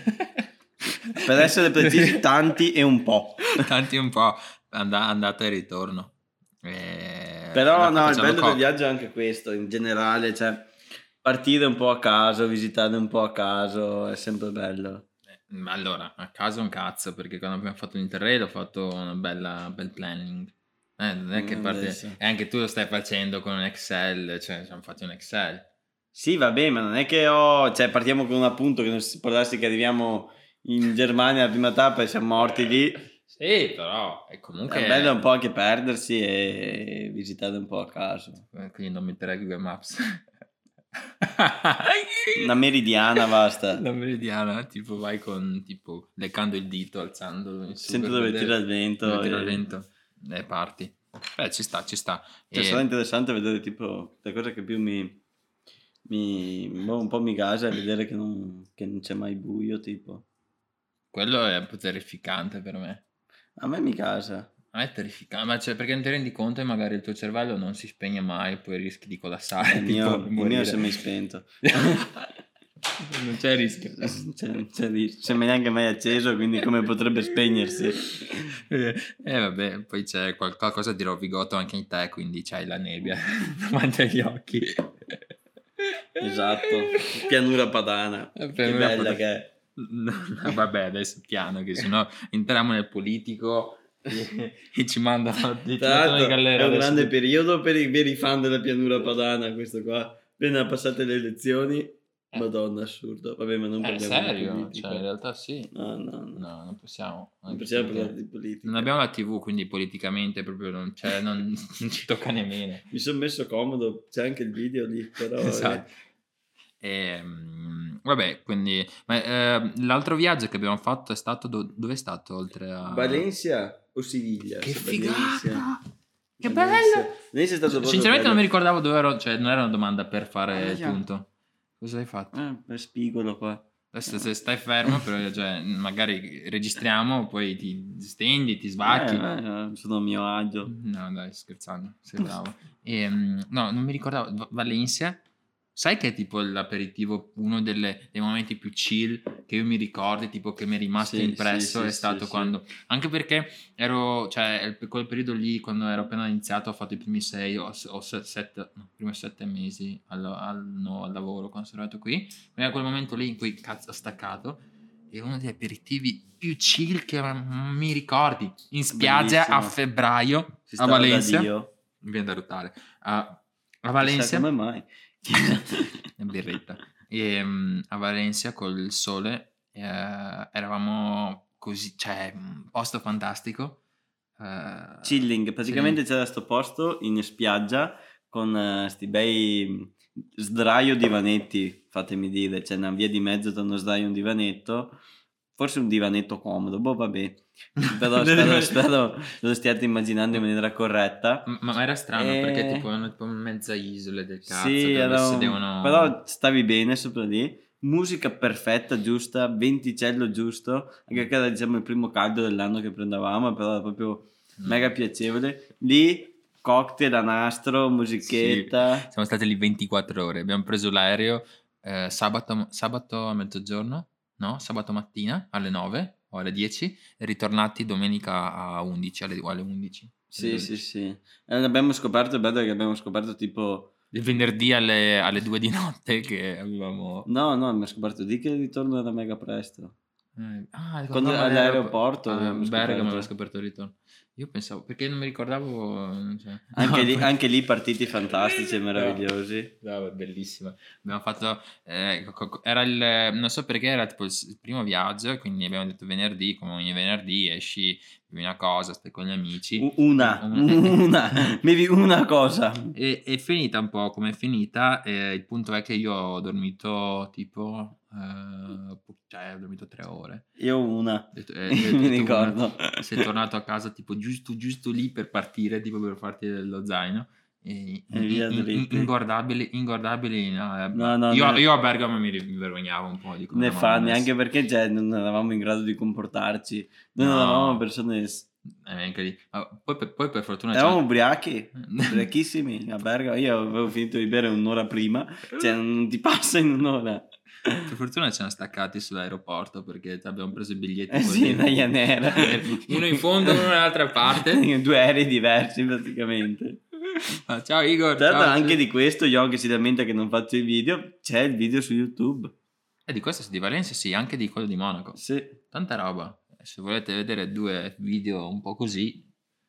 Speaker 1: Per essere precisi, tanti e un
Speaker 2: Eh,
Speaker 1: po'.
Speaker 2: tanti un po', and- andata e ritorno. Eh,
Speaker 1: Però
Speaker 2: la-
Speaker 1: no, il
Speaker 2: facciamo
Speaker 1: bello
Speaker 2: co-
Speaker 1: del viaggio è anche questo, in generale, cioè partire un po' a caso, visitare un po' a caso, è sempre bello.
Speaker 2: Eh, ma Allora, a caso un cazzo, perché quando abbiamo fatto l'interrail ho fatto una bella, bel planning. Eh, non è che
Speaker 1: Mm,
Speaker 2: parte-
Speaker 1: adesso.
Speaker 2: E anche tu lo stai facendo con un Excel, cioè ci hanno fatto un Excel.
Speaker 1: Sì, va bene, ma non è che ho... Cioè, partiamo con un appunto che non si può darsi che arriviamo in Germania alla prima tappa e siamo morti lì.
Speaker 2: Sì, però è comunque...
Speaker 1: È bello un po' anche perdersi e visitare un po' a caso.
Speaker 2: Eh, Quindi non metterai Google Maps.
Speaker 1: Una meridiana, basta.
Speaker 2: La meridiana, tipo vai con, tipo, leccando il dito, alzandolo. in su
Speaker 1: Sento
Speaker 2: per
Speaker 1: dove
Speaker 2: vedere-
Speaker 1: tira il vento.
Speaker 2: dove tira il
Speaker 1: e-
Speaker 2: vento. E parti. Beh, ci sta, ci sta.
Speaker 1: Cioè,
Speaker 2: E-
Speaker 1: sarà interessante vedere, tipo, la cosa che più mi, mi boh, un po' mi gasa è vedere che non, che non c'è mai buio, tipo.
Speaker 2: Quello è un po' terrificante per me.
Speaker 1: A me mi gasa.
Speaker 2: A me è terrificante, ma cioè, perché non ti rendi conto e magari il tuo cervello non si spegne mai, poi rischi di collassare.
Speaker 1: Il
Speaker 2: tipo,
Speaker 1: mio,
Speaker 2: di
Speaker 1: il
Speaker 2: morire.
Speaker 1: mio si è mai spento.
Speaker 2: non c'è rischio.
Speaker 1: Cioè, cioè, di- se me neanche mai acceso, quindi come potrebbe spegnersi?
Speaker 2: Eh, eh, vabbè, poi c'è qual- qualcosa di rovigoto anche in te, quindi c'hai la nebbia davanti agli occhi. Eh,
Speaker 1: Esatto, pianura padana.
Speaker 2: La
Speaker 1: che
Speaker 2: pianura
Speaker 1: bella
Speaker 2: padana.
Speaker 1: che è.
Speaker 2: No, no, vabbè, adesso piano, che sennò entriamo nel politico e, e ci mandano
Speaker 1: Tra
Speaker 2: ci mettono in
Speaker 1: l'altro
Speaker 2: galera.
Speaker 1: è un
Speaker 2: adesso.
Speaker 1: grande periodo per i veri fan della pianura padana, questo qua. Appena passate le elezioni, madonna, assurdo. Vabbè, ma non
Speaker 2: Eh,
Speaker 1: parliamo di
Speaker 2: serio?
Speaker 1: politica.
Speaker 2: Cioè, in realtà sì.
Speaker 1: No, no, no.
Speaker 2: No, non possiamo.
Speaker 1: Non
Speaker 2: Anche
Speaker 1: possiamo
Speaker 2: perché
Speaker 1: parlare di politica.
Speaker 2: non abbiamo la TV, quindi politicamente proprio non, cioè, non- non ci tocca nemmeno.
Speaker 1: Mi sono messo comodo, c'è anche il video lì, però... eh,
Speaker 2: Esatto. Ehm, vabbè, quindi ma, ehm, l'altro viaggio che abbiamo fatto è stato do- dove è stato oltre a
Speaker 1: Valencia o Siviglia?
Speaker 2: Che
Speaker 1: Se
Speaker 2: figata!
Speaker 1: Valencia-
Speaker 2: Che
Speaker 1: Valencia.
Speaker 2: bello!
Speaker 1: Valencia è stato proprio
Speaker 2: Sinceramente non mi
Speaker 1: bello.
Speaker 2: ricordavo dove ero, cioè non era una domanda per fare il
Speaker 1: Aia.
Speaker 2: punto. Cosa hai fatto?
Speaker 1: Ah, per spigolo qua.
Speaker 2: Adesso se stai fermo, però cioè, magari registriamo, poi ti stendi, ti
Speaker 1: Eh,
Speaker 2: sbacchi.
Speaker 1: eh, sono a mio agio.
Speaker 2: No, dai, scherzando, sei bravo. Ehm, no, non mi ricordavo. Va- Valencia, sai che è tipo l'aperitivo, uno delle- dei momenti più chill che io mi ricordo, tipo che mi è rimasto
Speaker 1: Sì,
Speaker 2: impresso,
Speaker 1: sì,
Speaker 2: è
Speaker 1: sì,
Speaker 2: stato
Speaker 1: sì,
Speaker 2: quando... Anche perché ero, cioè, il- quel periodo lì, quando ero appena iniziato, ho fatto i primi sei o, s- o se- sette, no, i primi sette mesi al, al- no, al lavoro quando sono arrivato qui. Ma era quel momento lì in cui, cazzo, ho staccato. È uno degli aperitivi più chill che mi ricordi. In spiaggia a
Speaker 1: Bellissimo.
Speaker 2: febbraio
Speaker 1: Si
Speaker 2: a
Speaker 1: stava da
Speaker 2: Valencia. Mi
Speaker 1: Dio.
Speaker 2: viene da ruttare. A, a
Speaker 1: Chissà
Speaker 2: Valencia.
Speaker 1: Come mai?
Speaker 2: Una birretta. E, mm, a Valencia col sole eh, eravamo così, cioè, un posto fantastico. eh,
Speaker 1: Chilling, praticamente c'era sto posto in spiaggia con eh, sti bei mh, sdraio divanetti, fatemi dire, c'è una via di mezzo tra uno sdraio e un divanetto, forse un divanetto comodo, boh vabbè, però spero, spero lo stiate immaginando in maniera corretta.
Speaker 2: M- Ma, ma era strano
Speaker 1: Eh.
Speaker 2: perché tipo erano tipo mezza isole del cazzo
Speaker 1: Sì,
Speaker 2: dove
Speaker 1: era un-
Speaker 2: sedevano-
Speaker 1: però stavi bene sopra lì, musica perfetta, giusta, venticello giusto, anche che era diciamo il primo caldo dell'anno che prendevamo, però era proprio
Speaker 2: Mm.
Speaker 1: mega piacevole. Lì cocktail a nastro, musichetta.
Speaker 2: Siamo stati lì 24 ore. Abbiamo preso l'aereo eh, sabato, sabato a mezzogiorno, no? Sabato mattina alle 9 o alle 10, e ritornati domenica a 11, alle, o alle 11.
Speaker 1: Sì, sì, sì. E abbiamo scoperto, il bello è che abbiamo scoperto tipo...
Speaker 2: Il venerdì alle, alle 2 di notte che avevamo...
Speaker 1: No, no, abbiamo scoperto lì che il ritorno era mega presto.
Speaker 2: eh, ah,
Speaker 1: Quando-
Speaker 2: ricordavo
Speaker 1: all'aeroporto
Speaker 2: Ah,
Speaker 1: abbiamo
Speaker 2: Bergamo
Speaker 1: scoperto.
Speaker 2: aveva scoperto il ritorno. Io pensavo, perché non mi ricordavo... Cioè,
Speaker 1: Anche,
Speaker 2: no,
Speaker 1: lì,
Speaker 2: poi-
Speaker 1: anche lì partiti fantastici e meravigliosi.
Speaker 2: No, è bellissima. Abbiamo fatto. eh, co- co- era il. Non so perché era tipo il s- il primo viaggio. e Quindi abbiamo detto venerdì, come ogni venerdì, esci, bevi una cosa, stai con gli amici.
Speaker 1: U- Una, una, bevi una cosa.
Speaker 2: E è finita un po' come è finita. eh, il punto è che io ho dormito tipo. eh, pu- cioè, ho dormito tre ore.
Speaker 1: Io una.
Speaker 2: Ho detto- eh, ho detto
Speaker 1: Mi
Speaker 2: una-
Speaker 1: ricordo.
Speaker 2: Sei tornato a casa tipo giusto, giusto lì per partire, tipo per farti lo zaino. E,
Speaker 1: E via dritti.
Speaker 2: ingordabili, ingordabili. no, eh,
Speaker 1: No, no,
Speaker 2: io,
Speaker 1: no.
Speaker 2: io a Bergamo mi ri- mi vergognavo un po' di come
Speaker 1: Ne
Speaker 2: eravamo
Speaker 1: fa
Speaker 2: messi.
Speaker 1: neanche perché cioè, non eravamo in grado di comportarci. Noi non
Speaker 2: No.
Speaker 1: eravamo persone. s-
Speaker 2: Eh, neanche lì. Ma poi, per, poi per fortuna
Speaker 1: Eravamo
Speaker 2: c'era-
Speaker 1: ubriachi, ubriachissimi a Bergamo. Io avevo finito di bere un'ora prima, cioè non ti passa in un'ora.
Speaker 2: per fortuna ci hanno staccati sull'aeroporto perché abbiamo preso i biglietti
Speaker 1: Eh sì,
Speaker 2: così.
Speaker 1: una Ryanair.
Speaker 2: uno in fondo uno dall'altra parte
Speaker 1: Due aerei diversi praticamente.
Speaker 2: Ah, ciao Igor
Speaker 1: Tra l'altro
Speaker 2: ciao.
Speaker 1: anche di questo Yon che si lamenta che non faccio i video, c'è il video su YouTube.
Speaker 2: Eh, di questo di Valencia sì anche di quello di Monaco
Speaker 1: Sì.
Speaker 2: tanta roba se volete vedere due video un po' così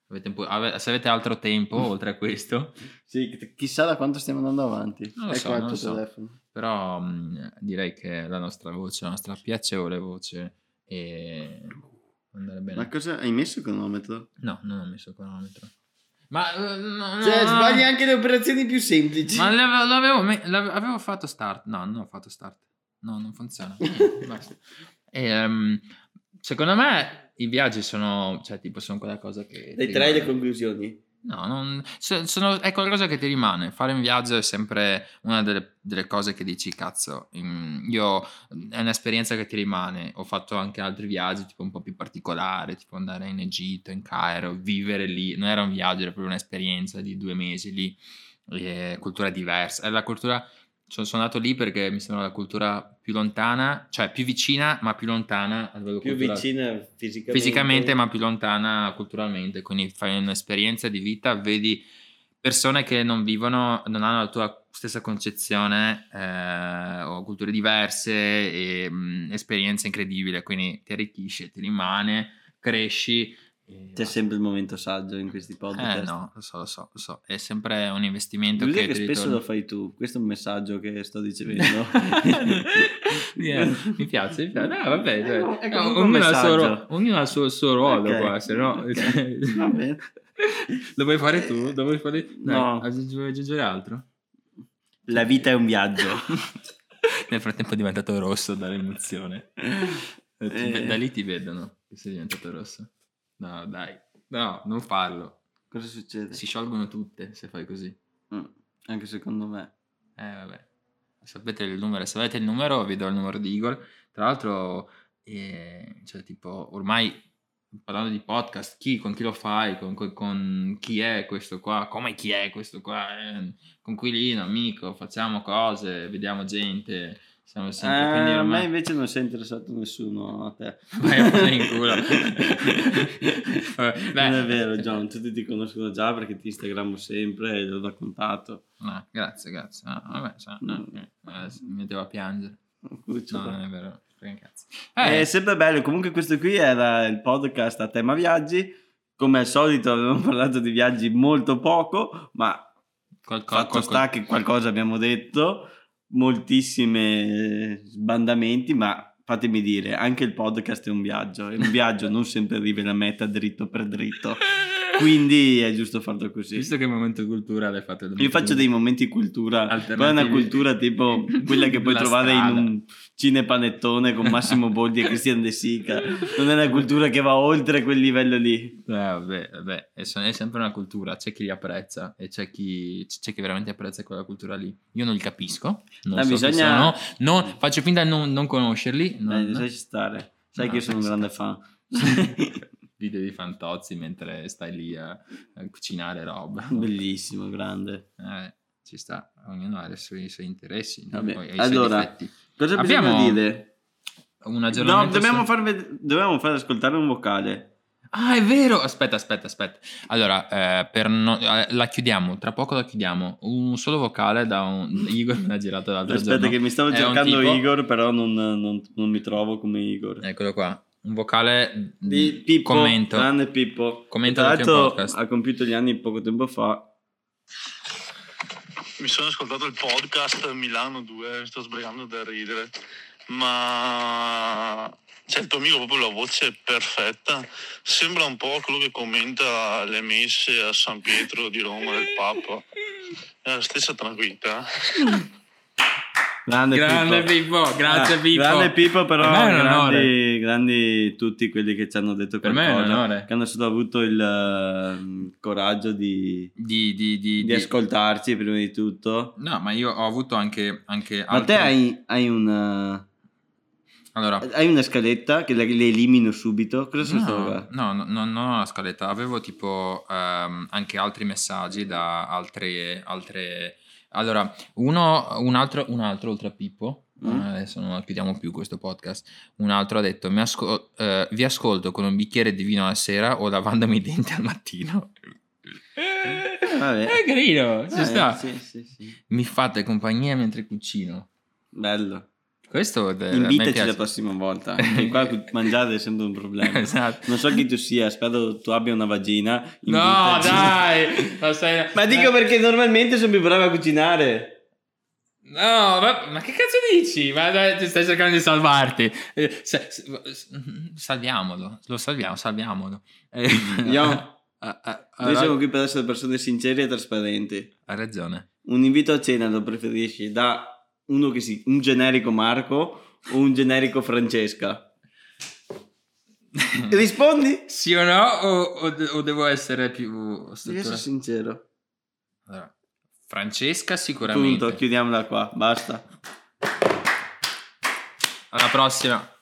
Speaker 2: avete un po'- ave- se avete altro tempo oltre a questo
Speaker 1: Sì, chissà da quanto stiamo andando avanti.
Speaker 2: Non lo so,
Speaker 1: qua il
Speaker 2: non
Speaker 1: tuo
Speaker 2: lo so.
Speaker 1: telefono.
Speaker 2: però mh, direi che la nostra voce la nostra piacevole voce e andare bene
Speaker 1: Ma cosa hai messo cronometro?
Speaker 2: No, non ho messo il cronometro. Ma eh, no, no,
Speaker 1: Cioè,
Speaker 2: no.
Speaker 1: sbagli anche le operazioni più semplici.
Speaker 2: Ma l'avevo, l'avevo me- l'ave- avevo fatto start. No, non ho fatto start. No, non funziona. Niente, Basta. E, ehm, secondo me i viaggi sono, cioè, tipo, sono quella cosa che.
Speaker 1: Dai
Speaker 2: ti
Speaker 1: tre le
Speaker 2: rimane.
Speaker 1: conclusioni.
Speaker 2: No, non- so- sono- è qualcosa che ti rimane. Fare un viaggio è sempre una delle, delle cose che dici, cazzo, mm, io è un'esperienza che ti rimane. Ho fatto anche altri viaggi, tipo un po' più particolari, tipo andare in Egitto, in Cairo, vivere lì. Non era un viaggio, era proprio un'esperienza di due mesi lì, eh, cultura diversa. È la cultura. Sono, sono andato lì perché mi sembra la cultura più lontana, cioè più vicina, ma più lontana a livello
Speaker 1: Più
Speaker 2: culturale
Speaker 1: vicina fisicamente.
Speaker 2: fisicamente ma più lontana culturalmente quindi fai un'esperienza di vita vedi persone che non vivono non hanno la tua stessa concezione eh, o culture diverse e mh, esperienza incredibile quindi ti arricchisce ti rimane cresci e
Speaker 1: C'è sempre il momento saggio in questi
Speaker 2: eh
Speaker 1: podcast.
Speaker 2: no lo so lo so lo so è sempre un investimento
Speaker 1: L'unica
Speaker 2: che,
Speaker 1: che
Speaker 2: ti
Speaker 1: spesso
Speaker 2: ritorna.
Speaker 1: lo fai tu, questo è un messaggio che sto dicendo.
Speaker 2: Yeah, mi piace, mi piace. No, vabbè,
Speaker 1: È
Speaker 2: cioè,
Speaker 1: un- Eh, è
Speaker 2: no,
Speaker 1: comunque un
Speaker 2: ognuno, ha il suo
Speaker 1: messaggio.
Speaker 2: ro- ognuno ha il suo, suo ruolo
Speaker 1: Ok.
Speaker 2: qua, se no... cioè,
Speaker 1: Ok, va bene.
Speaker 2: Lo vuoi fare tu? Lo vuoi fare... Dai,
Speaker 1: No.
Speaker 2: aggiungi- vuoi aggiungere altro?
Speaker 1: La
Speaker 2: Cioè,
Speaker 1: vita è un viaggio.
Speaker 2: Nel frattempo è diventato rosso dall'emozione. Eh, ti-
Speaker 1: Eh.
Speaker 2: Da lì ti vedono che sei diventato rosso. No, dai. No, non farlo.
Speaker 1: Cosa succede?
Speaker 2: Si sciolgono tutte se fai così.
Speaker 1: Mm, Anche secondo me.
Speaker 2: Eh, vabbè. Sapete il numero, se avete il numero, vi do il numero di Igor. Tra l'altro, eh, cioè, tipo, ormai parlando di podcast, chi, con chi lo fai, con, con- con chi è questo qua, come chi è questo qua, eh, conquilino, amico, facciamo cose, vediamo gente, siamo sempre...
Speaker 1: Eh,
Speaker 2: quindi
Speaker 1: a me
Speaker 2: ormai...
Speaker 1: invece non si è interessato nessuno a te.
Speaker 2: Vai a fare in culo. Vabbè, eh. dai.
Speaker 1: non è vero, John. Tutti ti conoscono già perché ti Instagrammo sempre e l'ho raccontato.
Speaker 2: No, grazie, grazie. Ah, vabbè, cioè,
Speaker 1: No.
Speaker 2: ok. Adesso mi mettevo a piangere. No,
Speaker 1: Cucciola.
Speaker 2: non è vero. Che cazzo.
Speaker 1: È
Speaker 2: Eh,
Speaker 1: sempre bello. Comunque, questo qui era il podcast a tema viaggi. Come al solito, avevamo parlato di viaggi molto poco, ma
Speaker 2: qualco-
Speaker 1: fatto
Speaker 2: qualco-
Speaker 1: sta che qualcosa abbiamo detto, moltissimi sbandamenti, ma fatemi dire, anche il podcast è un viaggio e un viaggio non sempre arriva alla meta dritto per dritto, quindi è giusto farlo così.
Speaker 2: Visto che è momento cultura l'hai fatto.
Speaker 1: Io faccio dei momenti di cultura,
Speaker 2: Alternativi.
Speaker 1: poi è una cultura tipo quella che puoi
Speaker 2: La
Speaker 1: trovare
Speaker 2: strada.
Speaker 1: in un cinepanettone con Massimo Boldi e Cristian De Sica, non è una cultura che va oltre quel livello lì.
Speaker 2: Eh, vabbè, vabbè, è, so- è sempre una cultura, c'è chi li apprezza e c'è chi, c'è chi veramente apprezza quella cultura lì. Io non li capisco, non
Speaker 1: Ah,
Speaker 2: so chi
Speaker 1: bisogna-
Speaker 2: sono, non- faccio finta di non, non conoscerli. non-
Speaker 1: Dai, lasci stare, sai
Speaker 2: No,
Speaker 1: che io sono un grande fan.
Speaker 2: Video di fantozzi mentre stai lì a, a cucinare roba.
Speaker 1: Bellissimo, grande.
Speaker 2: Eh, ci sta, ognuno ha i suoi, i suoi interessi,
Speaker 1: Vabbè,
Speaker 2: poi ha i suoi
Speaker 1: allora,
Speaker 2: difetti.
Speaker 1: Cosa
Speaker 2: Abbiamo-
Speaker 1: bisogna dire?
Speaker 2: Un
Speaker 1: No,
Speaker 2: aggiornamento
Speaker 1: dobbiamo,
Speaker 2: su-
Speaker 1: far ved- dobbiamo far ascoltare un vocale.
Speaker 2: Ah, è vero! Aspetta, aspetta, aspetta. Allora, eh, per no- eh, la chiudiamo, tra poco la chiudiamo. Un solo vocale da un... Igor me l'ha girato l'altro
Speaker 1: Aspetta
Speaker 2: giorno.
Speaker 1: che mi stavo
Speaker 2: È un
Speaker 1: cercando
Speaker 2: tipo-
Speaker 1: Igor, però non, non- non mi trovo come Igor.
Speaker 2: Eccolo qua. un vocale mm,
Speaker 1: Di Pippo,
Speaker 2: commento.
Speaker 1: grande Pippo.
Speaker 2: Commento
Speaker 1: Tra
Speaker 2: del tuo
Speaker 1: l'altro
Speaker 2: podcast.
Speaker 1: ha compiuto gli anni poco tempo fa.
Speaker 4: Mi sono ascoltato il podcast Milano 2, mi sto sbrigando da ridere, ma c'è il tuo amico proprio la voce è perfetta, sembra un po' quello che commenta le messe a San Pietro di Roma del Papa, è la stessa tranquillità.
Speaker 1: Grande,
Speaker 2: Grande
Speaker 1: Pippo.
Speaker 2: Pippo, grazie
Speaker 1: Ah,
Speaker 2: Pippo.
Speaker 1: Grande Pippo, però
Speaker 2: Per me è un onore.
Speaker 1: grandi, grandi tutti quelli che ci hanno detto
Speaker 2: Per me è un
Speaker 1: qualcosa,
Speaker 2: onore.
Speaker 1: che hanno solo avuto il ehm, coraggio di,
Speaker 2: Di, di, di-
Speaker 1: di
Speaker 2: di-
Speaker 1: ascoltarci prima di tutto.
Speaker 2: No, ma io ho avuto anche, anche
Speaker 1: Ma te
Speaker 2: altri-
Speaker 1: hai, hai una,
Speaker 2: Allora,
Speaker 1: hai una scaletta che le, le elimino subito? Cosa sono stato
Speaker 2: No,
Speaker 1: qua?
Speaker 2: no, no, no, non ho la scaletta. Avevo tipo ehm, anche altri messaggi da altre. altre... Allora, uno, un altro, un altro oltre a Pippo.
Speaker 1: Mm.
Speaker 2: eh, Adesso non chiudiamo più questo podcast. Un altro ha detto: "Mi asco- eh, Vi ascolto con un bicchiere di vino alla sera o lavandomi i denti al mattino.
Speaker 1: Vabbè.
Speaker 2: È carino, ci
Speaker 1: Ah, eh,
Speaker 2: sta.
Speaker 1: sì, sì, sì.
Speaker 2: Mi fate compagnia mentre cucino.
Speaker 1: Bello.
Speaker 2: Questo è
Speaker 1: Invitaci la prossima volta. Anche qua mangiare è sempre un problema.
Speaker 2: esatto.
Speaker 1: Non so chi tu sia, spero tu abbia una vagina.
Speaker 2: No,
Speaker 1: Invitaci.
Speaker 2: dai, ma, sei-
Speaker 1: Ma dico perché normalmente sono più bravo a cucinare.
Speaker 2: No, ma, ma che cazzo dici? Ma dai, ti stai cercando di salvarti. Eh, se- se- s- salviamolo, lo salviamo, salviamolo. Eh,
Speaker 1: Io-
Speaker 2: ah, ah, ah,
Speaker 1: Noi siamo qui per essere persone sincere e trasparenti.
Speaker 2: Hai ragione.
Speaker 1: Un invito a cena lo preferisci da uno che si... un generico Marco o un generico Francesca? Rispondi?
Speaker 2: Sì o no? O, o de- o devo essere più
Speaker 1: Devi essere
Speaker 2: strutturato?
Speaker 1: sincero.
Speaker 2: Allora, Francesca sicuramente.
Speaker 1: Punto, chiudiamola qua, basta.
Speaker 2: Alla prossima.